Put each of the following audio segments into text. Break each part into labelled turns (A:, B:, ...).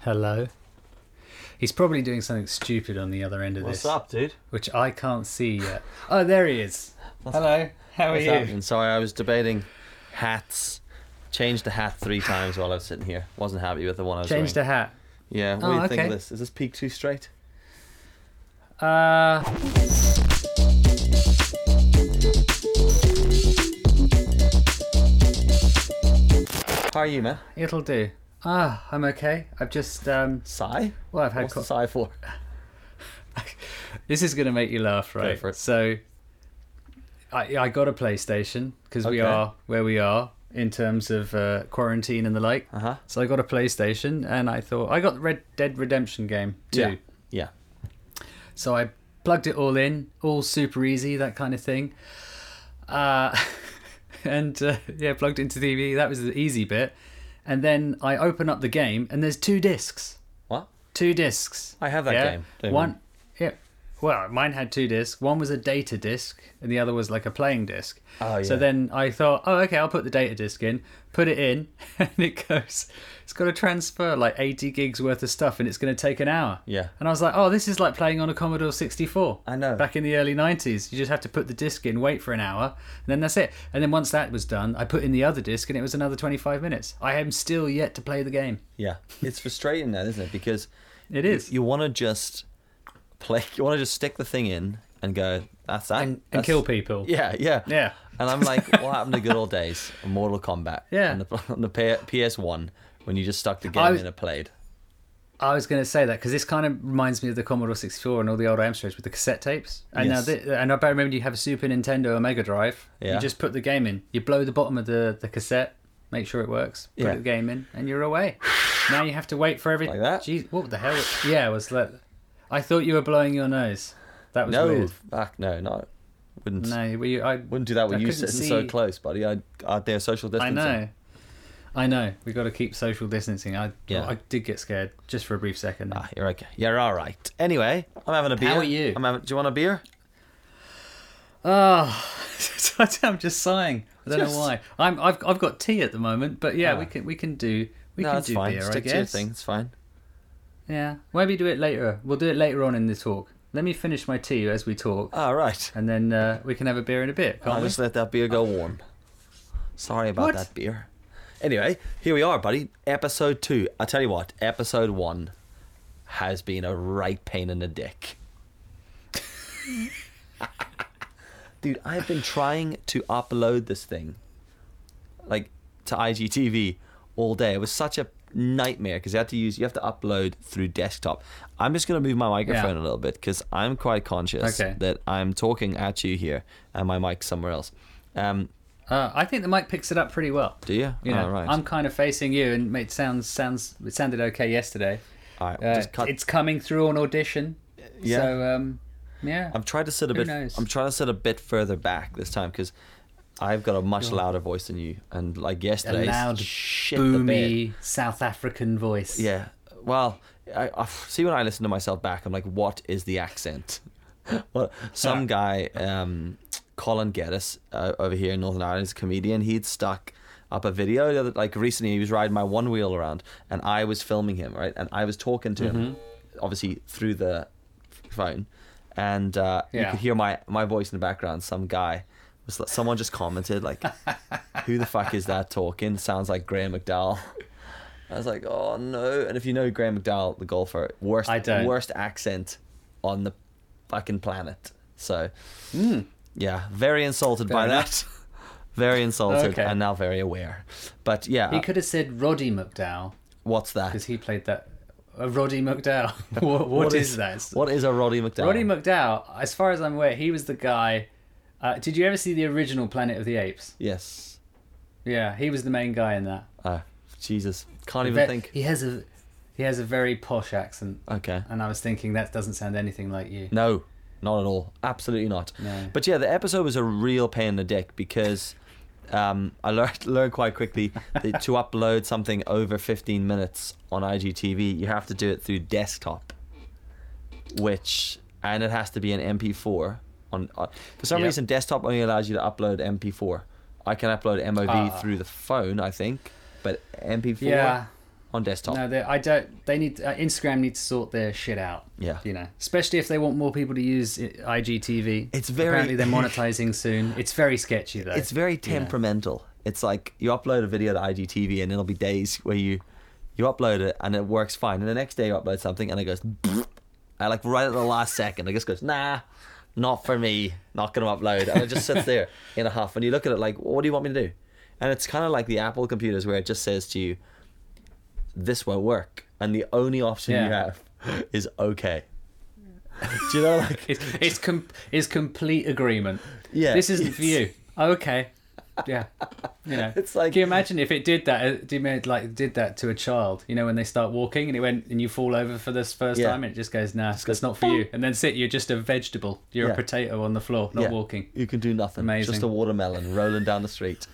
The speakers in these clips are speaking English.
A: Hello. He's probably doing something stupid on the other end of
B: What's
A: this,
B: up, dude?
A: which I can't see yet. Oh, there he is. Hello. How are
B: What's
A: you?
B: happening? Sorry, I was debating hats. Changed the hat three times while I was sitting here. Wasn't happy with the one I was
A: Changed a
B: wearing.
A: hat.
B: Yeah, what
A: Oh,
B: do you think
A: okay.
B: of this? Is this peak too straight?
A: Uh,
B: How are you, man?
A: it'll do. Ah, I'm okay. I've just um.
B: Sigh?
A: Well, I've had.
B: What's the
A: co-
B: sigh for?
A: this is gonna make you laugh, right?
B: for it.
A: So, I I got a PlayStation because we
B: Okay.
A: are where we are in terms of uh, quarantine and the like.
B: Uh huh.
A: So I got a PlayStation and I thought I got the Red Dead Redemption game too.
B: Yeah. Yeah.
A: So I plugged it all in, all super easy, that kind of thing. Uh, and uh, yeah, plugged it into the TV. That was the easy bit. And then I open up the game, and there's two discs.
B: What?
A: Two discs.
B: I have that
A: yeah?
B: game, don't
A: One. Yeah. Well, mine had two discs. One was a data disc, and the other was like a playing disc.
B: Oh,
A: So
B: yeah.
A: then I thought, oh, okay, I'll put the data disc in, put it in, and it goes, it's got to transfer like 80 gigs worth of stuff, and it's going to take an hour.
B: Yeah.
A: And I was like, oh, this is like playing on a Commodore 64.
B: I know.
A: Back in the early 90s, you just had to put the disc in, wait for an hour, and then that's it. And then once that was done, I put in the other disc, and it was another 25 minutes. I am still yet to play the game.
B: Yeah. It's frustrating now, isn't it? Because
A: It is.
B: you want to just play, you want to just stick the thing in and go, that's that.
A: and and
B: that's-
A: kill people.
B: Yeah, yeah.
A: Yeah.
B: And I'm like, what happened to good old days of Mortal Kombat?
A: Yeah.
B: On the, on the P- PS1 when you just stuck the game
A: I was-
B: in and played.
A: I was going to say that because this kind of reminds me of the Commodore 64 and all the old Amstrads with the cassette tapes. And
B: Yes.
A: now, thi- and I remember you have a Super Nintendo or Mega Drive.
B: Yeah.
A: You just put the game in. You blow the bottom of the, the cassette, make sure it works, put
B: Yeah.
A: the game in, and you're away. now you have to wait for everything.
B: Like that?
A: Jeez, what the hell? Yeah, it was like, I thought you were blowing your nose. That was
B: No,
A: weird.
B: fuck no, no. Wouldn't
A: No, were you, I
B: wouldn't do that with
A: I
B: you
A: couldn't
B: sitting so
A: see-
B: close, buddy. I out there social
A: I
B: distancing.
A: know. I know. We got to keep social distancing. I
B: Yeah.
A: I did get scared just for a brief second.
B: Ah, you're okay. You're all right. Anyway, I'm having a beer.
A: How are you?
B: I'm having, do you want a beer?
A: Oh, I'm just sighing. I don't
B: Just-
A: know why. I'm I've I've got tea at the moment, but yeah,
B: Ah.
A: we can we can do we
B: no,
A: can
B: it's
A: do
B: fine.
A: beer. I
B: Stick
A: guess.
B: to your thing. It's fine.
A: Yeah, maybe do it later. We'll do it later on in the talk. Let me finish my tea as we talk,
B: All right.
A: and then uh, we can have a beer in a bit. Can't
B: I'll
A: we?
B: just let that beer go warm. Sorry about
A: What?
B: that beer. Anyway, here we are, buddy. Episode two. I tell you what, episode one has been a right pain in the dick. Dude, I've been trying to upload this thing, like to IGTV all day. It was such a nightmare because you have to use you have to upload through desktop. I'm just gonna move my microphone a little bit because I'm quite conscious
A: Okay.
B: that I'm talking at you here and my mic's somewhere else. Um,
A: Uh, I think the mic picks it up pretty well.
B: do you?
A: You know,
B: All right.
A: I'm kind of facing you, and mate, sounds sounds it sounded okay yesterday.
B: All right,
A: Uh,
B: just cut.
A: It's coming through on audition.
B: Yeah.
A: So um, yeah.
B: I'm trying to sit a
A: who
B: bit.
A: knows?
B: I'm trying to sit a bit further back this time because I've got a much louder voice than you, and like yesterday,
A: loud,
B: shit the bed.
A: Boomy South African voice.
B: Yeah. Well, I, I see when I listen to myself back, I'm like, what is the accent? well, some guy, um, Colin Geddes, uh, over here in Northern Ireland, is a comedian. He'd stuck up a video the other, like recently. He was riding my one wheel around, and I was filming him, right? And I was talking to him, obviously through the f- phone, and uh, you
A: Yeah.
B: could hear my my voice in the background. Some guy. Was, like- someone just commented like, "Who the fuck is that talking? Sounds like Graham McDowell." I was like, oh no. And if you know Graham McDowell, the golfer, worst
A: I don't.
B: worst accent on the fucking planet. So
A: Mm.
B: yeah, very insulted by that. very insulted
A: Okay.
B: and now very aware. But yeah,
A: He could have said Roddy McDowell
B: what's
A: because
B: that?
A: he played that. Uh, Roddy McDowell. what, what is, that?
B: What is a Roddy McDowell?
A: Roddy McDowell, as far as I'm aware, he was the guy. Uh, did you ever see the original Planet of the Apes?
B: yes.
A: Yeah, he was the main guy in that.
B: Oh, Jesus. Can't
A: Ve-
B: even think.
A: He has a he has a very posh accent,
B: Okay.
A: and I was thinking that doesn't sound anything like you.
B: No, not at all. Absolutely not.
A: No.
B: But yeah, the episode was a real pain in the dick because um, I learned, learned quite quickly that to upload something over 15 minutes on IGTV, you have to do it through desktop, which, and it has to be an MP4. On, on For some
A: Yep.
B: reason, desktop only allows you to upload MP4. I can upload MOV
A: Ah.
B: through the phone, I think, but MP4
A: Yeah,
B: on desktop.
A: No, they I don't. They need uh, Instagram needs to sort their shit out.
B: Yeah.
A: you know, especially if they want more people to use uh, i- IGTV.
B: It's very-
A: apparently they're monetizing soon. It's very sketchy though.
B: It's very temperamental. It's like you upload a video to IGTV and it'll be days where you you upload it and it works fine, and the next day you upload something and it goes, I like right at the last second, it just goes, nah, not for me, not gonna upload, and it just sits there in a huff, and you look at it like, what do you want me to do? And it's kind of like the Apple computers where it just says to you, this won't work, and the only option you
A: Yeah.
B: have is okay. do you know like
A: it's it's, com- it's complete agreement.
B: Yeah,
A: this isn't
B: it's-
A: for you. Okay, yeah, you know,
B: It's like-
A: Can you imagine if it did that? uh, It did, like did that to a child? You know, when they start walking and it went and you fall over for this first
B: Yeah.
A: time, and it just goes, nah, that's not for you. And then sit, you're just a vegetable. You're
B: Yeah.
A: a potato on the floor, not
B: Yeah.
A: walking.
B: You can do nothing.
A: Amazing.
B: Just a watermelon rolling down the street.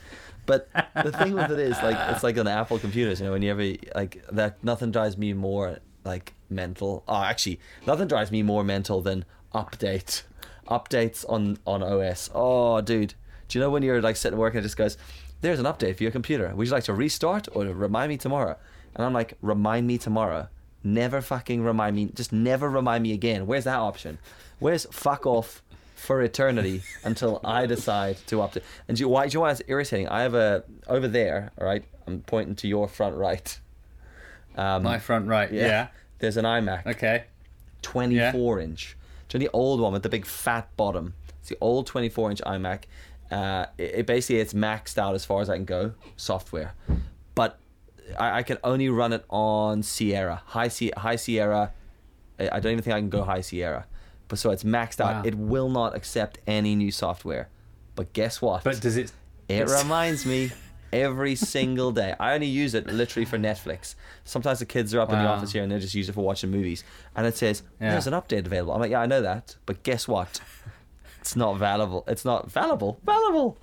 B: But the thing with it is, like, it's like on Apple computers. You know, when you ever like that, nothing drives me more like mental. Oh, actually, nothing drives me more mental than update updates on on OS. Oh, dude, do you know when you're like sitting at work and it just goes, "There's an update for your computer. Would you like to restart or remind me tomorrow?" And I'm like, "Remind me tomorrow." Never fucking remind me. Just never remind me again. Where's that option? Where's fuck off? for eternity until I decide to update. And do you, why, do you know why it's irritating? I have a over there. All right, I'm pointing to your front right. Um,
A: My front right. Yeah.
B: There's an iMac,
A: Okay.
B: 24 inch. Do you know the old one with the big fat bottom? It's the old 24 inch iMac. Uh, it, it basically it's maxed out as far as I can go software, but I, I can only run it on Sierra, high, C, high Sierra. I I don't even think I can go high Sierra, but so it's maxed out.
A: Wow.
B: It will not accept any new software. But guess what?
A: But does it?
B: It
A: it's-
B: reminds me every single day. I only use it literally for Netflix. Sometimes the kids are up in the
A: Wow.
B: office here and they just use it for watching movies. And it says,
A: Yeah.
B: there's an update available. I'm like, yeah, I know that. But guess what? It's not valuable. It's not valuable. Valuable.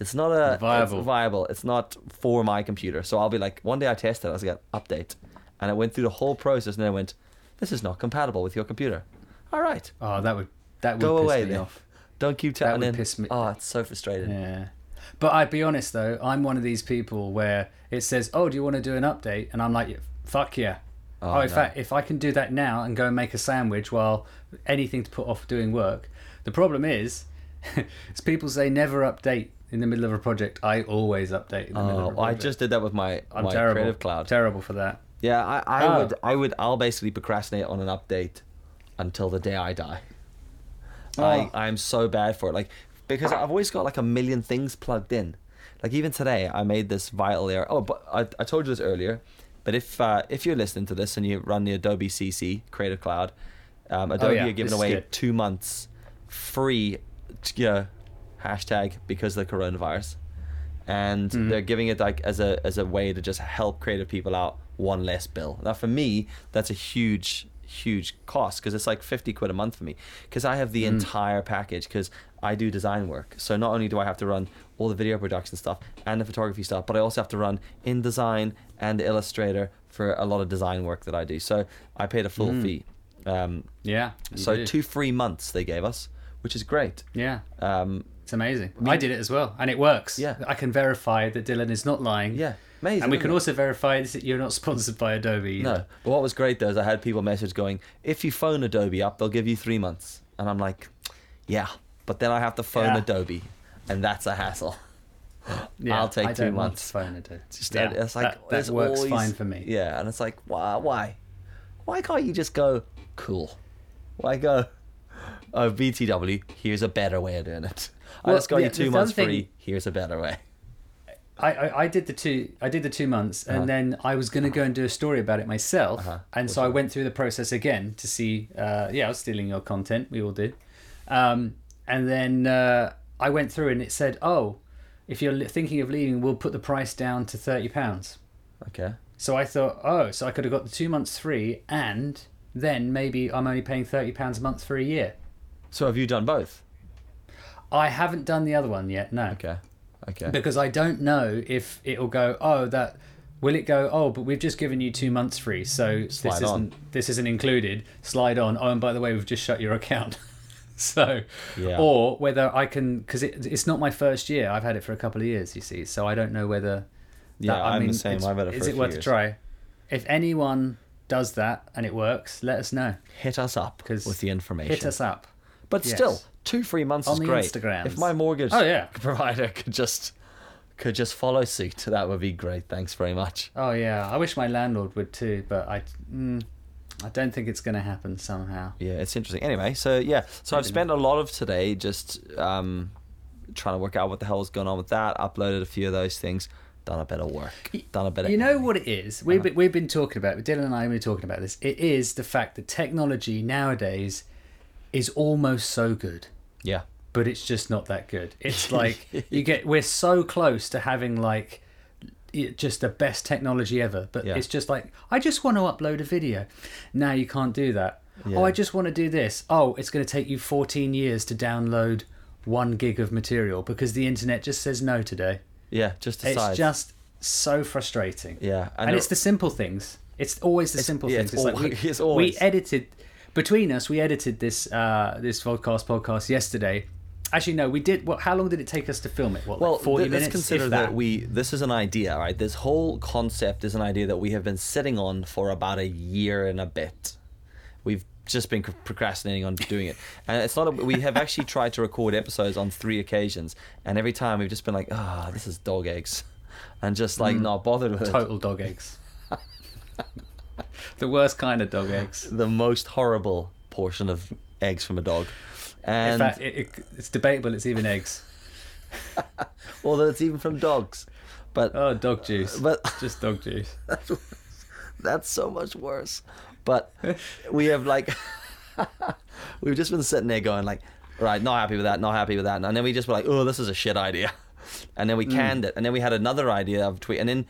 B: It's not a
A: Viable.
B: It's viable. It's not for my computer. So I'll be like, one day I tested. it. I was like, update, and I went through the whole process, and then I went, this is not compatible with your computer. All right,
A: Oh, that would that would
B: go
A: piss
B: away
A: me
B: then.
A: off.
B: Don't keep tapping
A: would
B: in.
A: piss me-
B: Oh, it's so frustrating.
A: Yeah. But I'd be honest though, I'm one of these people where it says, "Oh, do you want to do an update?" and I'm like, "Fuck yeah." Oh, in
B: no.
A: fact, if I can do that now and go and make a sandwich while anything to put off doing work. The problem is, is people say never update in the middle of a project. I always update in the middle of a
B: Oh, I
A: project.
B: just did that with my,
A: I'm
B: my
A: terrible.
B: Creative Cloud.
A: Terrible for that.
B: yeah, I, I
A: Oh.
B: would I would I'll basically procrastinate on an update until the day I die. I
A: Oh.
B: I'm so bad for it, like because I've always got like a million things plugged in. Like even today, I made this vital error. Oh, but I, I told you this earlier. But if uh, if you're listening to this and you run the Adobe CC Creative Cloud, um, Adobe
A: Oh, yeah,
B: are
A: this
B: giving
A: is
B: away
A: good.
B: two months free, you know, hashtag because of the coronavirus, and
A: Mm-hmm.
B: they're giving it like as a as a way to just help creative people out one less bill. Now for me, that's a huge huge cost because it's like 50 quid a month for me because I have the
A: Mm.
B: entire package because I do design work. So not only do I have to run all the video production stuff and the photography stuff, but I also have to run InDesign and Illustrator for a lot of design work that I do. So I paid a full
A: Mm.
B: fee. Um,
A: Yeah. you
B: so
A: do.
B: two free months they gave us, which is great.
A: Yeah.
B: Um,
A: It's amazing. I did it as well, and it works.
B: Yeah.
A: I can verify that Dylan is not lying.
B: yeah, amazing.
A: and we
B: isn't
A: can
B: it?
A: also verify that you're not sponsored by Adobe.
B: no.
A: Either.
B: But what was great though is I had people message going, if you phone Adobe up, they'll give you three months, and I'm like, yeah, but then I have to phone
A: Yeah.
B: Adobe, and that's a hassle. I'll take
A: I
B: two
A: don't want
B: months.
A: phone Adobe.
B: Just
A: Yeah,
B: it's like
A: that,
B: there's
A: that works
B: always-
A: fine for me.
B: Yeah, and it's like why why why can't you just go cool? Why go? Oh, BTW, here's a better way of doing it. I
A: Well,
B: just got you
A: the- the
B: two
A: other
B: months
A: thing-
B: free. Here's a better way.
A: I, I, I did the two I did the two months
B: Uh-huh.
A: and then I was gonna go and do a story about it myself and so I went through the process again to see uh, yeah I was stealing your content we all did um, and then uh, I went through and it said oh if you're li- thinking of leaving we'll put the price down to thirty pounds
B: Okay.
A: so I thought oh so I could have got the two months free and then maybe I'm only paying thirty pounds a month for a year
B: So have you done both?
A: I haven't done the other one yet no
B: Okay. Okay.
A: because I don't know if it'll go. Oh, that will it go? Oh, but we've just given you two months free, so
B: Slide
A: this
B: on.
A: isn't this isn't included. Slide on. Oh, and by the way, we've just shut your account. so,
B: Yeah.
A: or whether I can because it, it's not my first year. I've had it for a couple of years, you see. So I don't know whether.
B: Yeah,
A: that-
B: I'm the same.
A: it's-
B: I've had it for
A: Is
B: a
A: it
B: few
A: worth
B: years.
A: a try? If anyone does that and it works, let us know.
B: Hit us up
A: 'Cause
B: with the information.
A: Hit us up.
B: But
A: Yes.
B: still, two free months
A: On
B: is
A: the
B: great.
A: Instagrams.
B: If my mortgage
A: Oh, yeah.
B: provider could just could just follow suit, that would be great. Thanks very much.
A: Oh yeah, I wish my landlord would too, but I, mm, I don't think it's going to happen somehow.
B: Yeah, it's interesting. Anyway, so yeah, so I've spent a lot of today just um, trying to work out what the hell is going on with that. Uploaded a few of those things, done a bit of work, done a bit.
A: You
B: of
A: know what it is? We've been, we've been talking about Dylan and I have been talking about this. It is the fact that technology nowadays is almost so good,
B: Yeah,
A: but it's just not that good. It's like you get we're so close to having like it- just the best technology ever, but
B: Yeah.
A: it's just like I just want to upload a video. Now you can't do that. Oh, I just want to do this. Oh, it's going to take you 14 years to download 1 gig of material because the internet just says no today.
B: yeah, just
A: It's
B: decide.
A: just so frustrating.
B: yeah,
A: And, it's the simple things. It's always the simple
B: yeah,
A: things.
B: it's
A: like
B: always-
A: we,
B: it's always-
A: we edited between us. We edited this uh, this podcast podcast yesterday. Actually, no, we did. What? How long did it take us to film it? What,
B: well,
A: like forty
B: th- let's
A: minutes.
B: consider
A: if
B: that. we this is an idea, right? This whole concept is an idea that we have been sitting on for about a year and a bit. We've just been c- procrastinating on doing it, and it's not. A, we have actually tried to record episodes on three occasions, and every time we've just been like, "Ah, this is dog eggs," and just
A: Mm.
B: like not bothered with it.
A: total dog eggs. the worst kind of dog eggs.
B: The most horrible portion of eggs from a dog,
A: In
B: and
A: fact, it, it, it's debatable. It's even eggs.
B: although it's even from dogs, but
A: Oh, dog juice.
B: but
A: Just dog juice.
B: That's so much worse. But we have like we've just been sitting there going like, right, not happy with that, not happy with that, and then we just were like, oh, this is a shit idea, and
A: Mm.
B: then we canned it, and then we had another idea of tweet, and then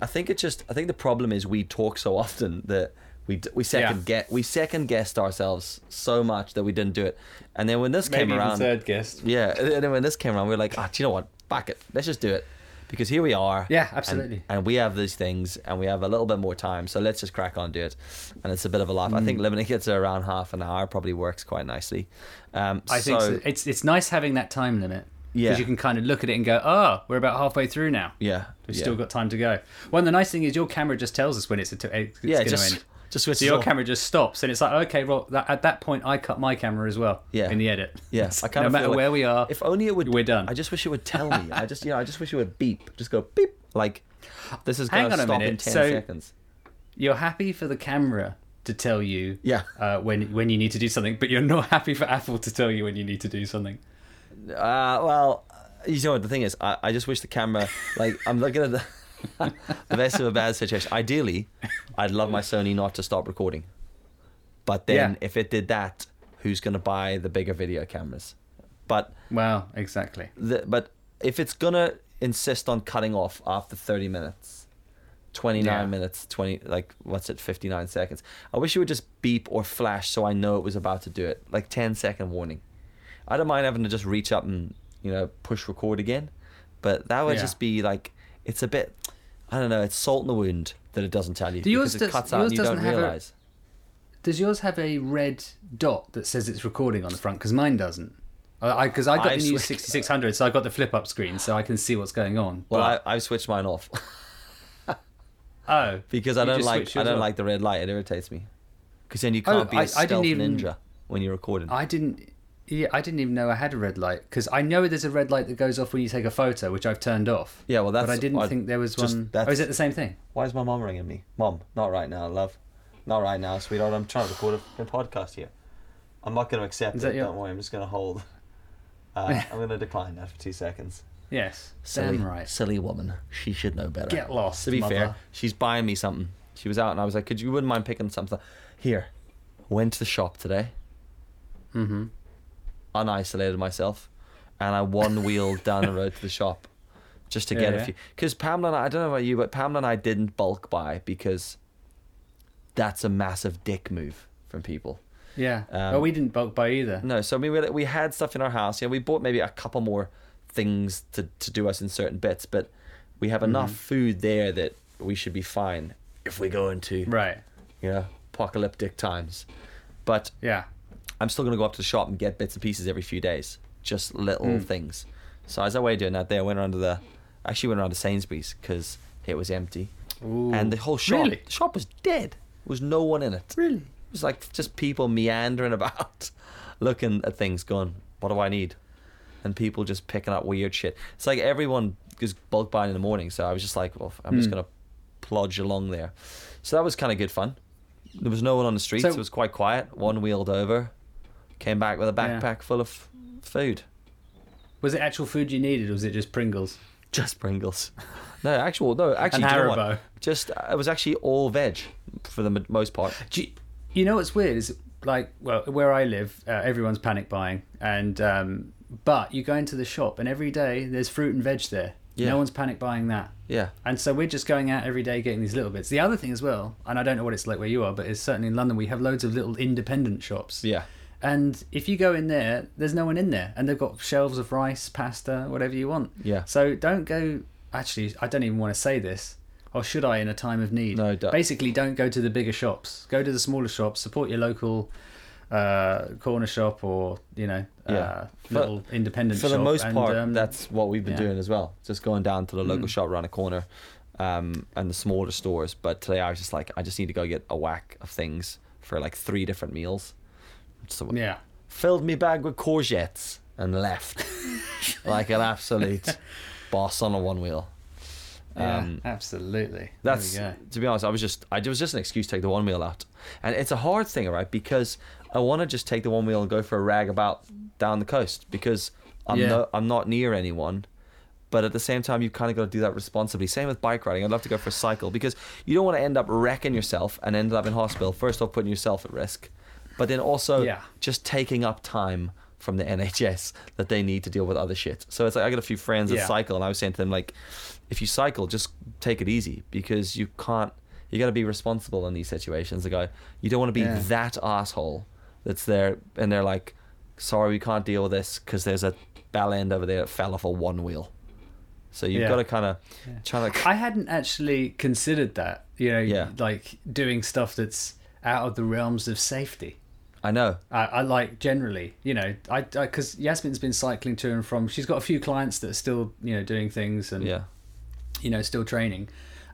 B: I think it just I think the problem is we talk so often that. We, d- we second get we second guessed ourselves so much that we didn't do it, and then when this
A: Maybe
B: came
A: even
B: around,
A: third guest.
B: yeah, and then when this came around, we were like, ah, do you know what? Fuck it, let's just do it, because here we are.
A: Yeah,
B: and-
A: absolutely.
B: And, we have these things, and we have a little bit more time, so let's just crack on, do it. And it's a bit of a laugh. I
A: Mm.
B: think limiting it to around half an hour probably works quite nicely. Um,
A: I think so. it's it's nice having that time limit because
B: Yeah.
A: you can kind of look at it and go, "Oh, we're about halfway through now.
B: Yeah,
A: we've
B: yeah.
A: still got time to go." One of the nice thing is your camera just tells us when it's, it's
B: Yeah,
A: going to
B: just
A: end.
B: just switch
A: So your camera just stops, and it's like, okay, well, that, at that point, I cut my camera as well.
B: Yeah.
A: in the edit.
B: Yeah, I kind
A: no
B: of
A: matter
B: feel like-
A: where we are.
B: If only it would.
A: We're done.
B: I just wish it would tell me. I just you know I just wish it would beep. Just go beep. Like this is
A: Hang
B: going to
A: on a
B: stop in
A: minute,
B: ten
A: so-
B: seconds.
A: You're happy for the camera to tell you,
B: Yeah.
A: uh, when when you need to do something, but you're not happy for Apple to tell you when you need to do something.
B: Uh, well, you know what the thing is. I, I just wish the camera. Like I'm looking at the the best of a bad situation. Ideally, I'd love my Sony not to stop recording. But then,
A: Yeah.
B: if it did that, who's going to buy the bigger video cameras? But
A: Well, exactly.
B: the, but if it's gonna insist on cutting off after 30 minutes 29
A: Yeah.
B: minutes 20 like what's it 59 seconds i wish it would just beep or flash so i know it was about to do it like 10 second warning i don't mind having to just reach up and you know push record again but that would
A: Yeah.
B: just be like it's a bit i don't know it's salt in the wound that it doesn't tell you
A: Do yours
B: because it
A: does-
B: cuts out
A: yours
B: and you don't
A: doesn't have a-
B: realize
A: Does yours have a red dot that says it's recording on the front? Because mine doesn't. I because I, got
B: I
A: the new
B: switched-
A: sixty six hundred, so I got the flip up screen, so I can see what's going on.
B: well I, i've switched mine off
A: but, oh,
B: because i
A: You
B: don't
A: just
B: like
A: switched
B: i
A: yours
B: don't
A: off.
B: like the red light it irritates me because then you
A: Oh,
B: can't be a
A: I- I didn't
B: stealth
A: even-
B: ninja when you're recording
A: I didn't. Yeah, I didn't even know I had a red light because I know there's a red light that goes off when you take a photo, which I've turned off.
B: Yeah, well, that's.
A: but I didn't think there was
B: just-
A: one oh
B: That's,
A: is it the same thing?
B: Why is my mom ringing me? Mom, not right now, love. Not right now, sweetheart. I'm trying to record a fucking podcast here. I'm not going to accept
A: Is that
B: it.
A: your-
B: Don't worry. I'm just going to hold. Uh, I'm going to decline that for two seconds.
A: Yes,
B: Silly,
A: damn right.
B: silly woman. She should know better.
A: Get lost,
B: To be fair,
A: mother.
B: she's buying me something. She was out, and I was like, "Could you wouldn't mind picking something?" Here, went to the shop today.
A: Mm-hmm.
B: unisolated myself and I one wheeled down the road to the shop just to
A: Yeah,
B: get a
A: yeah.
B: few. Because Pamela and I, I don't know about you, but Pamela and I didn't bulk buy because that's a massive dick move from people.
A: Yeah.
B: Um,
A: well, we didn't bulk buy either.
B: No, so I mean, we, we had stuff in our house. Yeah, we bought maybe a couple more things to, to do us in certain bits, but we have enough
A: Mm-hmm.
B: food there that we should be fine if we go into,
A: Right.
B: you know, apocalyptic times. But
A: Yeah.
B: I'm still gonna go up to the shop and get bits and pieces every few days, just little
A: Mm.
B: things. So as I was away doing that, there I went around to the, I actually went around to Sainsbury's because it was empty. and the whole shop
A: Really?
B: the shop was dead. There was no one in it.
A: Really?
B: It was like just people meandering about, looking at things, going, "What do I need?" And people just picking up weird shit. It's like everyone is bulk buying in the morning, so I was just like, "Well, I'm
A: Hmm.
B: just gonna plodge along there." So that was kind of good fun. There was no one on the streets.
A: So-
B: it was quite quiet. One wheeled over, came back with a
A: Yeah.
B: backpack full of food.
A: Was it actual food you needed, or was it just Pringles?
B: Just Pringles. No, actual no, actually
A: And
B: do you know
A: Haribo.
B: what? Just uh, it was actually all veg for the m- most part.
A: Do you, you know what's weird is like well where I live, uh, everyone's panic buying, and um, but you go into the shop and every day there's fruit and veg there.
B: Yeah.
A: No one's panic buying that.
B: Yeah.
A: And so we're just going out every day getting these little bits. The other thing as well, and I don't know what it's like where you are, but it's certainly in London we have loads of little independent shops.
B: Yeah.
A: And if you go in there, there's no one in there, and they've got shelves of rice, pasta, whatever you want.
B: Yeah.
A: So don't go. Actually, I don't even want to say this, or should I? In a time of need.
B: No, don't.
A: Basically, don't go to the bigger shops. Go to the smaller shops. Support your local uh, corner shop or you know
B: Yeah.
A: uh,
B: For-
A: little independent
B: For
A: shop.
B: the most
A: and,
B: part,
A: um,
B: that's what we've been
A: yeah. Mm.
B: doing as well. Just going down to the local shop around the corner, um, and the smaller stores. But today I was just like, I just need to go get a whack of things for like three different meals. So
A: yeah.
B: filled me bag with courgettes and left like an absolute boss on a one wheel.
A: Yeah,
B: Um,
A: absolutely.
B: That's
A: there
B: to be honest. I was just I it was just an excuse to take the one wheel out, and it's a hard thing, right? Because I want to just take the one wheel and go for a rag about down the coast because I'm
A: Yeah.
B: no, I'm not near anyone. But at the same time, you kind of got to do that responsibly. Same with bike riding. I'd love to go for a cycle because you don't want to end up wrecking yourself and end up in hospital. First off, putting yourself at risk, but then also
A: Yeah. just
B: just taking up time from the NHS that they need to deal with other shit. So it's like I got a few friends that
A: Yeah.
B: cycle, and I was saying to them like, if you cycle, just take it easy because you can't. You got to be responsible in these situations. Like, I- you don't want to be
A: Yeah.
B: that asshole that's there, and they're like, sorry, we can't deal with this because there's a bell end over there that fell off a one wheel. So you've
A: Yeah.
B: got to kind of try to.
A: I hadn't actually considered that. You know,
B: Yeah.
A: like doing stuff that's out of the realms of safety.
B: I know.
A: I, I like generally, you know, I because Yasmin's been cycling to and from. She's got a few clients that are still, you know, doing things and
B: Yeah.
A: you know still training,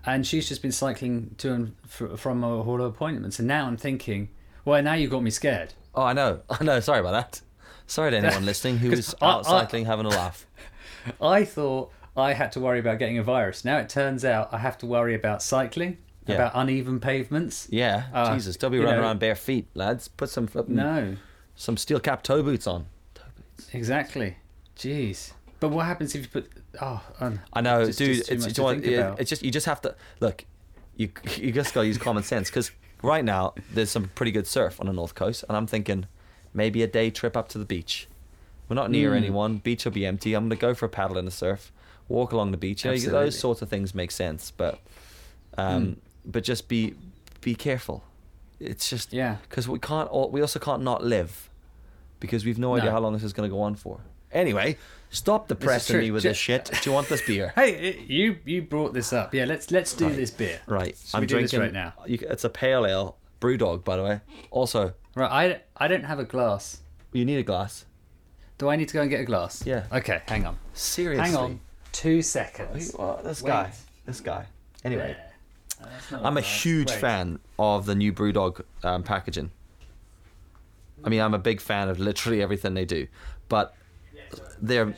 A: and she's just been cycling to and fr- from all her appointments. And now I'm thinking, well, now you've got me scared.
B: Oh, I know. I know. Sorry about that. Sorry to anyone listening who
A: 'Cause
B: is
A: I-
B: out
A: I-
B: cycling having a laugh.
A: I thought I had to worry about getting a virus. Now it turns out I have to worry about cycling,
B: Yeah.
A: about uneven pavements.
B: Yeah,
A: Uh,
B: Jesus, don't be
A: you
B: running
A: know-
B: around bare feet, lads. Put some flipping,
A: No,
B: some steel cap toe boots on.
A: exactly. Jeez. But what happens if you put? Oh, um,
B: I know,
A: just-
B: dude.
A: just too
B: it's,
A: much
B: it's,
A: to
B: one-
A: think
B: it-
A: about.
B: it's just you just have to look. You you just got to use common sense because right now there's some pretty good surf on the north coast, and I'm thinking maybe a day trip up to the beach. We're not near
A: Mm.
B: anyone. Beach will be empty. I'm gonna go for a paddle in the surf, walk along the beach. You know, you-
A: Absolutely. Hmm.
B: those sorts of things make sense, but um, but just be be careful. It's just
A: Yeah.
B: because we can't. All, we also can't not live because we've no, idea
A: No.
B: how long this is gonna go on for. Anyway, stop depressing
A: true.
B: me with
A: Ju-
B: this shit. Do you want this beer?
A: Hey, it- you you brought this up. Yeah, let's let's do this beer.
B: Right.
A: Should we do this right now?
B: You, it's a pale ale, brew dog, by the way. Also,
A: Right. I I don't have a glass.
B: you need a glass.
A: Do I need to go and get a glass?
B: Yeah.
A: Okay. Hang on.
B: Seriously.
A: Hang on. Two
B: Who-
A: seconds.
B: oh, this
A: Wait.
B: guy. This guy. Anyway,
A: There. Uh, that's not
B: I'm a
A: glass.
B: huge
A: Wait.
B: fan of the new brew dog um, packaging. I mean, I'm a big fan of literally everything they do, but they're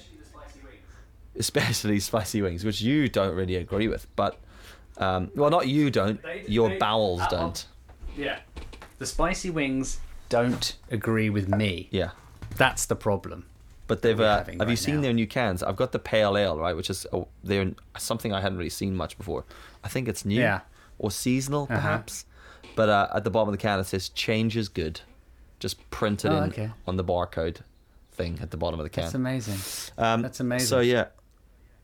B: especially spicy wings, which you don't really agree with. But um, well, not you don't.
A: They-
B: your
A: they-
B: bowels
A: uh,
B: don't.
A: Yeah. The spicy wings don't agree with me.
B: Yeah.
A: That's the problem.
B: But they've.
A: we're
B: Uh, have
A: having
B: you
A: right
B: seen
A: now.
B: their new cans? I've got the pale ale, right, which is oh, they're something I hadn't really seen much before. I think it's new
A: Yeah. Uh-huh.
B: or seasonal, perhaps. But uh, at the bottom of the can, it says "change is good," just printed
A: Oh,
B: in
A: okay.
B: on the barcode thing at the bottom of the
A: That's
B: can.
A: amazing.
B: um,
A: that's amazing.
B: So yeah,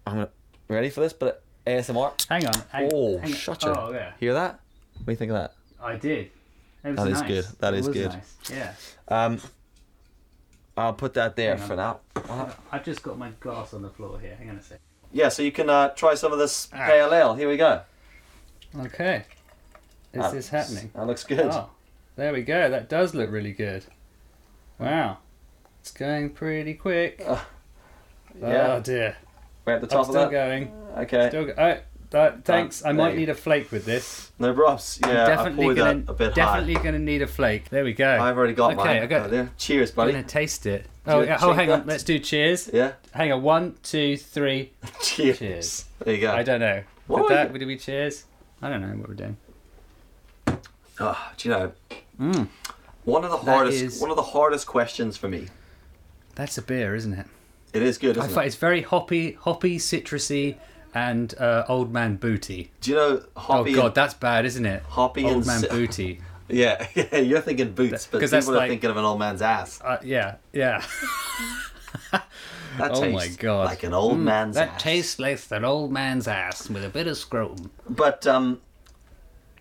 B: I'm gonna ready for this, but uh, ASMR.
A: Hang on. Hang,
B: Oh,
A: hang
B: shut
A: on.
B: your
A: Oh, yeah.
B: Hear that? What do you think of that?
A: I did. It was
B: That is
A: nice.
B: good. That
A: It
B: is
A: was
B: good.
A: Nice. Yeah.
B: Um, I'll put that there
A: Hang on.
B: for now. Uh-huh.
A: I've just got my glass on the floor here. Hang on a sec.
B: Yeah, so you can uh, try some of this pale ale. Here we go.
A: Okay. Is
B: Uh,
A: this happening?
B: That looks good.
A: Oh, there we go. That does look really good. Wow. It's going pretty quick.
B: yeah.
A: Oh dear.
B: We're at the
A: I'm
B: top of
A: still
B: that.
A: going.
B: Okay.
A: Still go- oh, That, thanks. I
B: there
A: might
B: you-
A: need a flake with this.
B: No, Ross. Yeah, I
A: definitely
B: poured
A: gonna,
B: that a bit
A: definitely
B: high.
A: gonna need a flake. There we go.
B: I've already got
A: okay,
B: mine.
A: I got.
B: Oh, there. Cheers,
A: I'm
B: buddy.
A: gonna taste it. Oh,
B: you
A: yeah, oh,
B: shake
A: hang on.
B: that?
A: Let's do cheers.
B: Yeah.
A: Hang on. One, two, three.
B: Cheers.
A: Cheers.
B: There you go.
A: I don't know.
B: What
A: Did
B: were
A: that?
B: you-
A: Did we cheers? I don't know what we're doing.
B: Ah, do you know? One of the hardest.
A: Hmm. is-
B: One of the hardest questions for me.
A: That's a beer, isn't it?
B: It is good,
A: I
B: isn't
A: find
B: it?
A: it's very hoppy, hoppy, citrusy, and uh, old man booty.
B: Do you know
A: Oh
B: hoppy?
A: god,
B: and-
A: that's bad, isn't it?
B: Hoppy
A: old
B: and
A: man
B: ci-
A: booty.
B: yeah, yeah. You're thinking boots, but
A: 'cause
B: people
A: that's
B: are
A: like-
B: thinking of an old man's ass.
A: Uh, yeah, yeah.
B: That
A: oh my
B: tastes
A: God. Mm, Hmm.
B: like an old man's
A: That
B: ass.
A: tastes like an old man's ass with a bit of scrotum.
B: But um,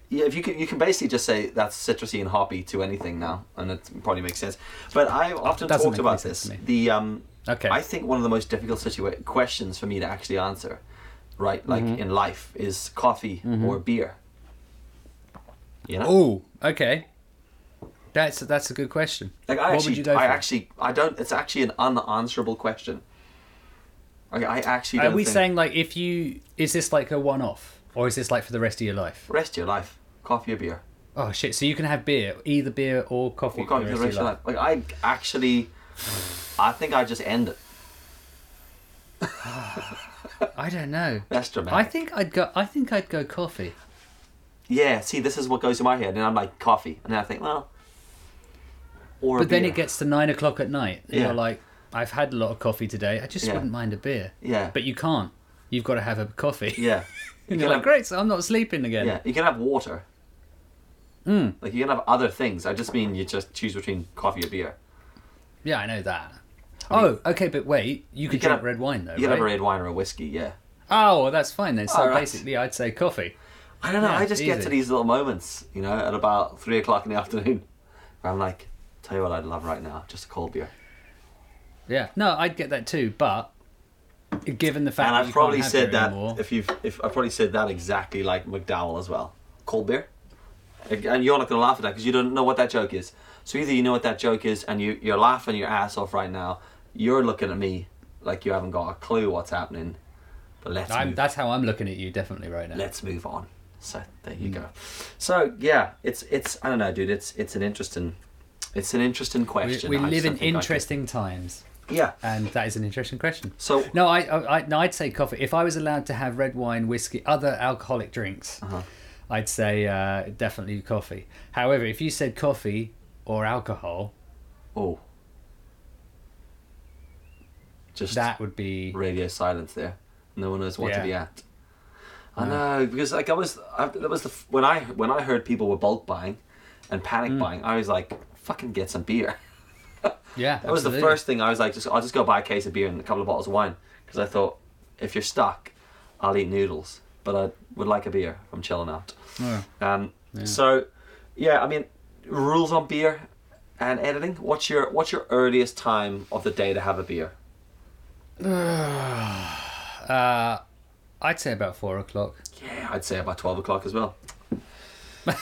B: yeah, if you can, you can basically just say that's citrusy and hoppy to anything now, and it probably makes sense. But I often
A: Doesn't
B: talked
A: make any
B: about
A: sense
B: this.
A: to me.
B: The um,
A: Okay.
B: I think one of the most difficult situa- questions for me to actually answer, right, like
A: Mm-hmm.
B: in life, is coffee or beer. You know,
A: Oh, okay. That's that's a good question.
B: like
A: what
B: I actually,
A: would you go
B: I
A: for?
B: actually, I don't. It's actually an unanswerable question. Like I actually.
A: Are
B: don't
A: we
B: think-
A: saying like if you is this like a one off or is this like for the rest of your life?
B: rest of your life, coffee or beer?
A: Oh shit! So you can have beer, either beer or coffee.
B: Well, can't
A: for
B: be
A: the
B: the
A: rest of your life.
B: Like I actually, I think I just end it.
A: I don't know.
B: That's dramatic.
A: I think I'd go. I think I'd go coffee.
B: yeah. See, this is what goes in my head, and I'm like coffee, and then I think, well, or a
A: But then
B: beer.
A: it gets to nine o'clock at night, and
B: Yeah.
A: you're like, I've had a lot of coffee today. I just
B: Yeah.
A: wouldn't mind a beer.
B: yeah,
A: But you can't. You've got to have a coffee.
B: yeah,
A: and you're like, great, so I'm not sleeping again.
B: yeah. You can have water.
A: Hmm.
B: Like you can have other things. I just mean you just choose between coffee or beer.
A: Yeah, I know that. oh, okay, but wait, you could
B: can
A: drink
B: have-
A: red wine though,
B: You can
A: right?
B: have a red wine or a whiskey. Yeah.
A: Oh, well, that's fine then. So
B: All right.
A: basically, I'd say coffee.
B: I don't know.
A: Yeah,
B: I just get
A: easy.
B: to these little moments, you know, at about three o'clock in the afternoon, where I'm like, tell you what, I'd love right now, just a cold beer.
A: Yeah. No, I'd get that too, but given the fact
B: and
A: that
B: I've
A: you
B: probably
A: can't have
B: said
A: beer
B: that
A: anymore,
B: if you've if I've probably said that exactly like McDowell as well. Cold beer, and you're not gonna laugh at that because you don't know what that joke is. So either you know what that joke is and you you're laughing your ass off right now. You're looking at me like you haven't got a clue what's happening. But let's
A: I'm,
B: move.
A: that's how I'm looking at you definitely right now.
B: let's move on. So there
A: Hmm.
B: you go. So yeah, it's it's I don't know, dude. It's it's an interesting. It's an interesting
A: we
B: question.
A: we
B: I just
A: live in
B: don't think I could-
A: interesting times,
B: Yeah.
A: and that is an interesting question.
B: So
A: No, I, I, I no, I'd say coffee. If I was allowed to have red wine, whiskey, other alcoholic drinks,
B: Uh-huh.
A: I'd say uh, definitely coffee. However, if you said coffee or alcohol,
B: oh, just
A: that would be
B: radio silence there. No one knows what
A: Yeah.
B: to be at. I know because like I was, I, that was the f- when I when I heard people were bulk buying, and panic buying. I was like, fucking get some beer.
A: yeah.
B: That was the first thing I was like, just I'll just go buy a case of beer and a couple of bottles of wine because I thought if you're stuck, I'll eat noodles, but I would like a beer. I'm chilling out. Um, So, yeah, I mean, rules on beer and editing. What's your what's your earliest time of the day to have a beer?
A: I'd say about four o'clock.
B: Yeah, I'd say about twelve o'clock as well. I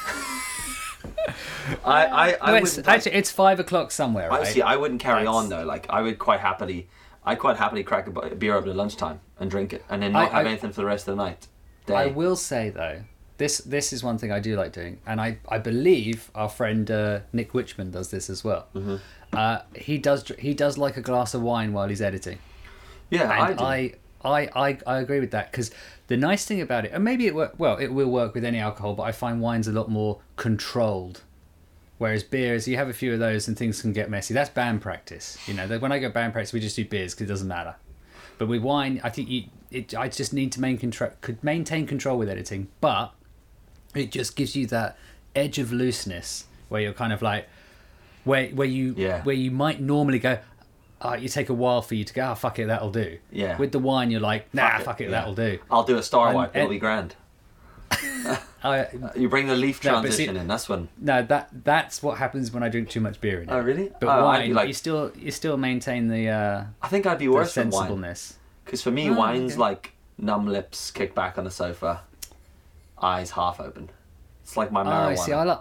B: I, I
A: No, it's,
B: wouldn't,
A: actually, it's five o'clock somewhere,
B: I
A: right?
B: see. I wouldn't carry on
A: That's-
B: though. Like I would quite happily, I quite happily crack a bu- a beer open at lunchtime and drink it, and then not
A: I-
B: have
A: I-
B: anything for the rest of the night. Day.
A: I will say though, this this is one thing I do like doing, and I I believe our friend uh, Nick Wichman does this as well.
B: Mm-hmm.
A: Uh, he does dr- he does like a glass of wine while he's editing,
B: yeah, I
A: and
B: do.
A: I. I, I, I agree with that because the nice thing about it, and maybe it work, well, it will work with any alcohol, but I find wine's a lot more controlled. Whereas beers, you have a few of those and things can get messy. That's band practice, you know. that- When I go band practice, we just do beers because it doesn't matter. But with wine, I think you, it, I just need to main control, could maintain control with editing, but it just gives you that edge of looseness where you're kind of like, where where you
B: Yeah.
A: where you might normally go, uh, you take a while for you to go, oh fuck it, that'll do.
B: Yeah.
A: With the wine, you're like, nah, fuck it,
B: yeah.
A: that'll do.
B: I'll do a star
A: And-
B: wipe. It'll
A: and-
B: be grand.
A: I,
B: You bring the leaf
A: No, but see-
B: transition in. That's when.
A: no, that that's what happens when I drink too much beer in it.
B: Oh, really?
A: But
B: Oh, I'd
A: wine,
B: be like-
A: you still you still maintain the. Uh,
B: I think I'd be
A: the
B: worse than wine.
A: sensibleness.
B: Because for me,
A: Oh,
B: wine's
A: okay.
B: like numb lips, kick back on the sofa, eyes half open. It's like my
A: Oh,
B: marijuana.
A: I see. I like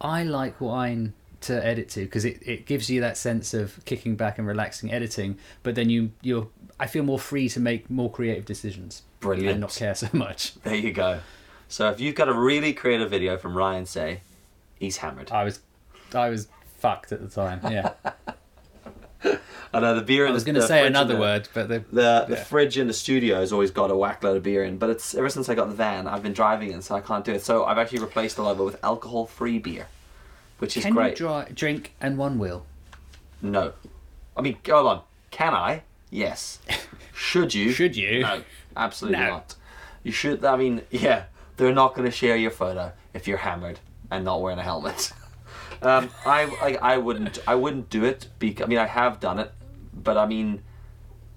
A: I like wine to edit to because it, it gives you that sense of kicking back and relaxing editing. But then you you're I feel more free to make more creative decisions.
B: Brilliant.
A: and not care so much.
B: There you go. So if you've got a really creative video from Ryan Say, he's hammered.
A: I was, I was fucked at the time. Yeah,
B: I know the beer.
A: I was going to say another word, but the,
B: The, the
A: Yeah.
B: fridge in the studio has always got a whack load of beer in, but it's ever since I got the van, I've been driving it, so I can't do it. So I've actually replaced a lot of it with alcohol-free beer, which is
A: can
B: great.
A: you dry, drink and one wheel?
B: No. I mean, hold on. Can I? Yes. Should you?
A: Should you?
B: No. Absolutely
A: No.
B: not. You should. I mean, yeah. They're not going to share your photo if you're hammered and not wearing a helmet. um, I, I I wouldn't I wouldn't do it. Because, I mean, I have done it, but I mean,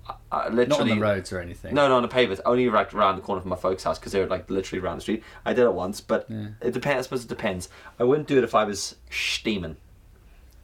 B: I- I, literally
A: Not on the roads or anything.
B: no, no, on the pavement. Only like around the corner from my folks' house because they're like literally around the street. I did it once, but it depends. I suppose it depends. I wouldn't do it if I was steaming,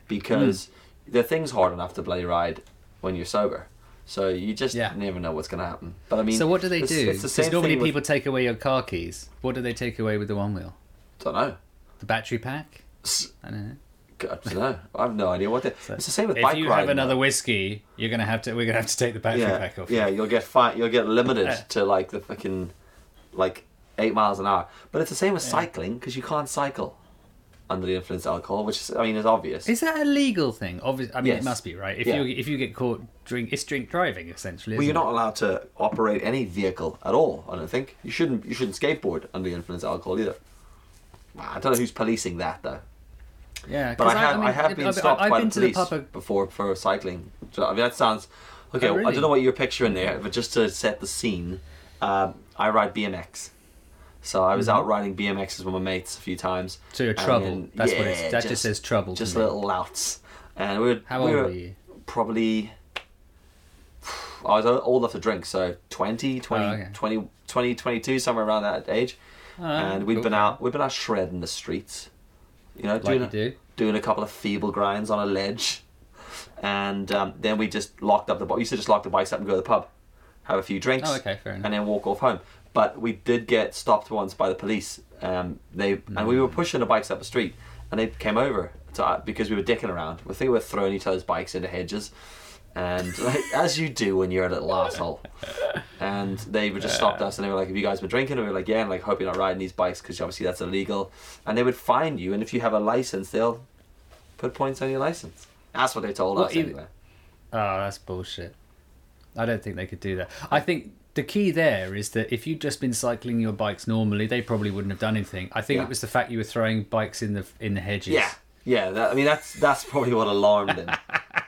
B: because
A: Hmm.
B: the thing's hard enough to bloody ride when you're sober. So you just
A: Yeah.
B: never know what's going to happen. But I mean,
A: So what do they
B: it's-
A: do?
B: It's the
A: Because
B: same
A: normally
B: thing with-
A: people take away your car keys. What do they take away with the one wheel?
B: don't know.
A: The battery pack?
B: S-
A: I don't know.
B: God, I don't know. I have no idea what. They, it's the same with
A: If
B: bike
A: you
B: riding.
A: have another whiskey, you're gonna have to. We're gonna have to take the battery
B: yeah,
A: pack off.
B: yeah, you'll get fi- you'll get limited to like the fucking like eight miles an hour. But it's the same with cycling because you can't cycle under the influence of alcohol, which is, I mean is obvious.
A: Is that a legal thing? Obviously, I mean,
B: Yes.
A: it must be right. If
B: Yeah.
A: you if you get caught drink, it's drink driving essentially.
B: well,
A: isn't
B: you're not allowed to operate any vehicle at all. I don't think you shouldn't you shouldn't skateboard under the influence of alcohol either. I don't know who's policing that though.
A: it? Yeah,
B: But
A: 'cause
B: I have I,
A: mean,
B: have been
A: I've-
B: stopped
A: I've
B: by
A: been
B: the
A: to the
B: police
A: pub. a-
B: before for cycling. So, I mean that sounds okay.
A: Oh,
B: I
A: really?
B: don't know what you're picturing there, but just to set the scene, um, I ride BMX. So I was out riding BMXs with my mates a few times.
A: Mm-hmm. So you're
B: and
A: trouble.
B: then-
A: That's what it's- that just says trouble to
B: Just
A: me.
B: little louts, and we were.
A: How
B: we
A: old
B: were,
A: were you?
B: Probably. I was old enough to drink, so 20, 20,
A: Oh, okay. Oh,
B: 20, 20, 22, somewhere around that age. and we've
A: cool.
B: been out, we've been out shredding the streets, you know,
A: Like
B: doing
A: you
B: a-
A: do. Oh,
B: doing a couple of feeble grinds on a ledge, and um, then we just locked up the. bike. We used to just lock the bikes up and go to the pub, have a few drinks,
A: Oh, okay, fair enough.
B: and then walk off home. But we did get stopped once by the police. Um, they and
A: Mm.
B: we were pushing the bikes up the street, and they came over to uh, because we were dicking around. We think we were throwing each other's bikes into hedges, and like, as you do when you're a little asshole. And they were just stopped us, and they were like, "Have you guys been drinking?" And we were like, "Yeah," and like, "Hope you're not riding these bikes because obviously that's illegal." And they would fine you, and if you have a license, they'll put points on your license. That's what they told
A: What
B: us
A: even-
B: anyway.
A: Oh, that's bullshit. I don't think they could do that. I think the key there is that if you'd just been cycling your bikes normally, they probably wouldn't have done anything. I think
B: Yeah.
A: it was the fact you were throwing bikes in the in the hedges.
B: Yeah, yeah. That, I mean, that's that's probably what alarmed them.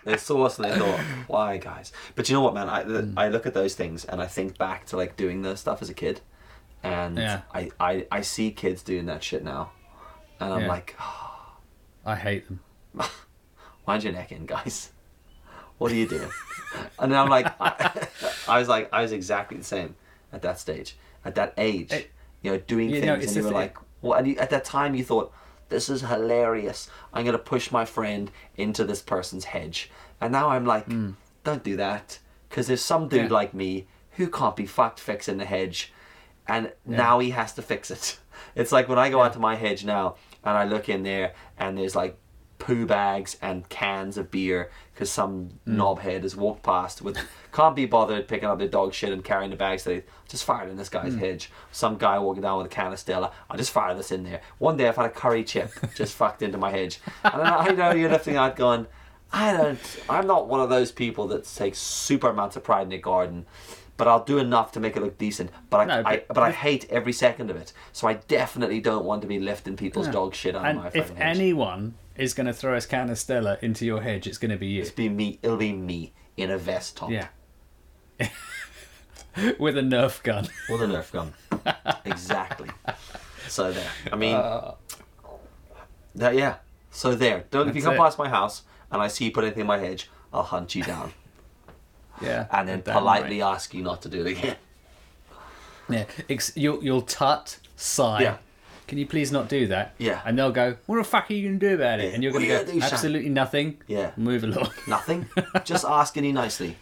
B: they saw us and they thought, "Why, guys?" But you know what, man? I th
A: Hmm.
B: I look at those things and I think back to like doing those stuff as a kid, and
A: Yeah.
B: I, I I see kids doing that shit now, and I'm
A: Yeah.
B: like,
A: I hate them.
B: wind your neck in, guys. What are you doing? and then I'm like, I, I was like, I was exactly the same at that stage, at that age,
A: It-
B: you know, doing
A: You
B: things,
A: know, it's
B: and you
A: the
B: were
A: thing-
B: like, what? And you, at that time, you thought, this is hilarious. I'm gonna push my friend into this person's hedge, and now I'm like, don't do that, because there's some dude
A: Hmm. Yeah.
B: like me who can't be fucked fixing the hedge, and now he has to fix it. It's like when I go out to my hedge now and I look in there and there's like poo bags and cans of beer because some knobhead has walked past with can't be bothered picking up their dog shit and carrying the bags that they just fired in this guy's hedge. Some guy walking down with a can of Stella. I just fired this in there. One day I've had a curry chip just fucked into my hedge, and I I know you're lifting out going. I don't. I'm not one of those people that takes super amounts of pride in their garden, but I'll do enough to make it look decent. But I,
A: No,
B: I,
A: but-
B: but I hate every second of it. So I definitely don't want to be lifting people's dog shit out of
A: And
B: my
A: if
B: fucking hedge.
A: anyone is going to throw a can of Stella into your hedge, it's going to be you.
B: It'll be me. It'll be me in a vest top
A: Yeah. With a Nerf gun.
B: with a Nerf gun. exactly. So there. I mean,
A: Uh.
B: that yeah. So there. Don't if you
A: That's
B: come
A: it.
B: past my house and I see you put anything in my hedge, I'll hunt you down
A: Yeah.
B: and then
A: Damn
B: politely ask you not to do it again.
A: right. Yeah. Ex- you'll, you'll tut, sigh.
B: Yeah.
A: Can you please not do that?
B: Yeah.
A: And they'll go, what the fuck are you going to do about it?
B: Yeah.
A: And you're
B: What
A: going
B: are you
A: to
B: gonna
A: go,
B: do, son?
A: absolutely nothing.
B: Yeah.
A: Move along.
B: Nothing. Just asking you nicely.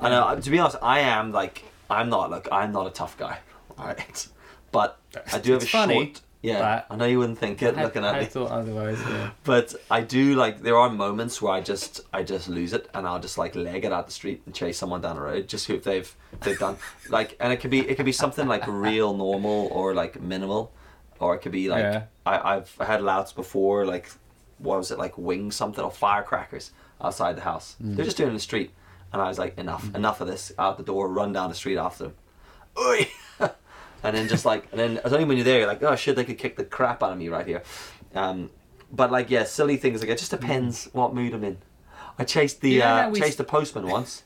B: I know. uh, To be honest, I am like I'm not. Look, I'm not a tough guy. All right, but I do have a
A: It's funny.
B: short. Yeah,
A: But-
B: I know you wouldn't think it
A: I,
B: looking at
A: I
B: me,
A: thought otherwise. Yeah.
B: but I do like. There are moments where I just I just lose it, and I'll just like leg it out the street and chase someone down the road, just who they've they've done like, and it could be it could be something like real normal or like minimal, or it could be like
A: Yeah.
B: I I've had louds before like what was it like wing something or firecrackers outside the house. They're just doing it in the street, and I was like enough enough of this out the door, run down the street after them. Oi! and then just like, and then it's only when you're there, you're like, oh shit, they could kick the crap out of me right here. Um, but like, yeah, silly things. Like, it just depends what mood I'm in. I chased the
A: Mm. Yeah,
B: uh,
A: we- Oh,
B: chased the postman once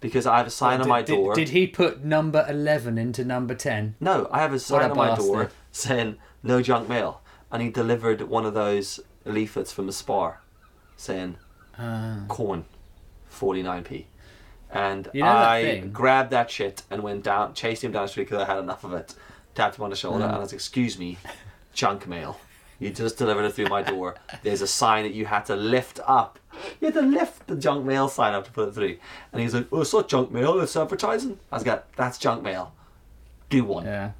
B: because I have a sign on
A: Did-
B: my
A: did,
B: door.
A: Did he put number eleven into number ten?
B: No, I have a
A: a
B: sign on my
A: bastard.
B: door saying no junk mail, and he delivered one of those leaflets from the spar saying
A: Ah.
B: corn, 49p. And
A: You know that
B: I
A: thing?
B: grabbed that shit and went down, chased him down the street because I had enough of it. Tapped him on the shoulder
A: Mm.
B: and I was, excuse me, junk mail. You just delivered it through my door. There's a sign that you had to lift up. You had to lift the junk mail sign up to put it through. And he's like, oh, it's not junk mail, it's advertising. I was like, that's junk mail. Do one.
A: yeah.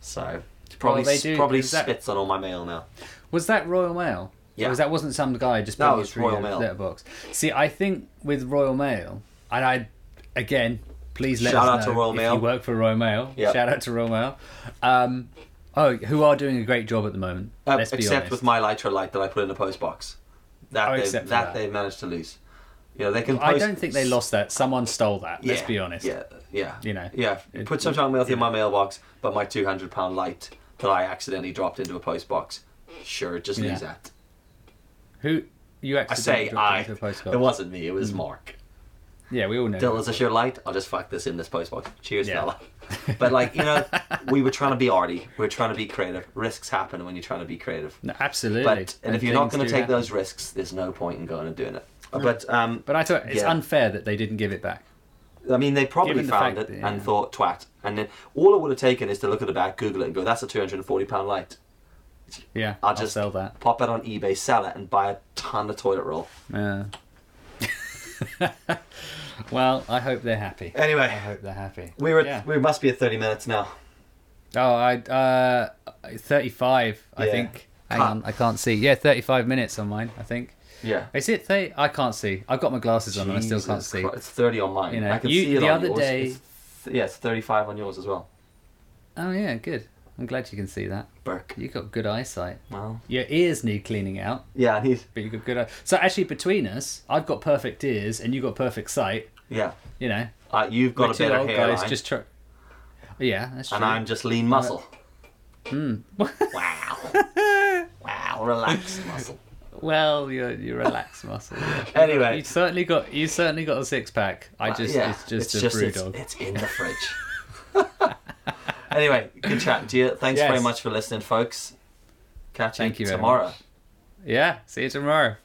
B: So probably
A: they do-
B: probably
A: is that-
B: spits on all my mail now.
A: Was that Royal Mail?
B: Yeah.
A: Because that wasn't some guy just
B: No,
A: putting
B: it
A: it
B: was
A: through
B: Royal
A: your
B: Mail.
A: letterbox. See, I think with Royal Mail, and I, again, please let
B: Shout
A: us
B: out to
A: know
B: Royal
A: if
B: Mail.
A: you work for Royal Mail.
B: Yeah.
A: Shout out to Royal Mail. Um, oh, who are doing a great job at the moment.
B: Uh,
A: let's be
B: except
A: honest.
B: with my Lytra light that I put in the post box. That
A: Oh,
B: they
A: except
B: that,
A: for that.
B: they managed to lose. You know they can.
A: I
B: post-
A: don't think they lost that. Someone stole that.
B: Yeah,
A: let's be honest.
B: Yeah, yeah.
A: You know,
B: Yeah,
A: it-
B: put some junk mail through my mailbox, but my two hundred pound light that I accidentally dropped into a post box. Sure, just
A: Yeah.
B: lose that.
A: Who you
B: I
A: actually
B: say I.
A: The post Mm.
B: It wasn't me. It was Mark.
A: Yeah, we all know.
B: Dill, is this your light? I'll just fuck this in this post box. Cheers,
A: Yeah.
B: fella. But like you know, we were trying to be arty. We were trying to be creative. Risks happen when you're trying to be creative.
A: No, absolutely.
B: But and if you're not
A: things
B: going to
A: do
B: take
A: happen.
B: those risks, there's no point in going and doing it. But um,
A: But I thought it's
B: Yeah.
A: unfair that they didn't give it back.
B: I mean, they probably
A: Given the
B: found it
A: fact that-
B: and
A: yeah.
B: thought twat, and then all it would have taken is to look at the back, Google it, and go, "That's a two hundred and forty pound light."
A: Yeah,
B: I'll just
A: sell that.
B: pop it on eBay, sell it, and buy a ton of toilet roll.
A: Yeah. well, I hope they're happy. I
B: Anyway,
A: hope they're happy.
B: we were
A: Yeah.
B: we must be at thirty minutes now.
A: Oh, I uh, thirty-five. I
B: Yeah.
A: think. Hang
B: Cut.
A: on, I can't see. Yeah, thirty-five minutes on mine. I think.
B: Yeah.
A: Is it thirty? I can't see. I've got my glasses on and I still can't
B: Jesus
A: see.
B: Christ, It's thirty on mine.
A: You know,
B: I can
A: you-
B: see it
A: the
B: on
A: other
B: yours.
A: day-
B: It's th- yeah, it's thirty-five on yours as well.
A: Oh yeah, good. I'm glad you can see that.
B: Burke.
A: You got good eyesight.
B: Well,
A: Your ears need cleaning out,
B: yeah, and he's
A: but you got good. Eye- so actually, between us, I've got perfect ears and you got perfect sight.
B: yeah.
A: You know,
B: Uh, you've got
A: we're
B: a
A: two
B: better
A: old
B: hairline,
A: guys just. Tr- yeah, that's true.
B: and I'm just lean muscle. wow.
A: Hmm.
B: wow, relaxed muscle.
A: Well, you you relax muscle. yeah.
B: Anyway, uh,
A: You certainly got you certainly got a six pack. I just
B: yeah,
A: it's just a brew
B: it's,
A: dog.
B: it's in the fridge. anyway, good chatting to you. Thanks very
A: Yes.
B: much for listening, folks. Catch you,
A: Thank you very
B: tomorrow.
A: Yeah. See you tomorrow.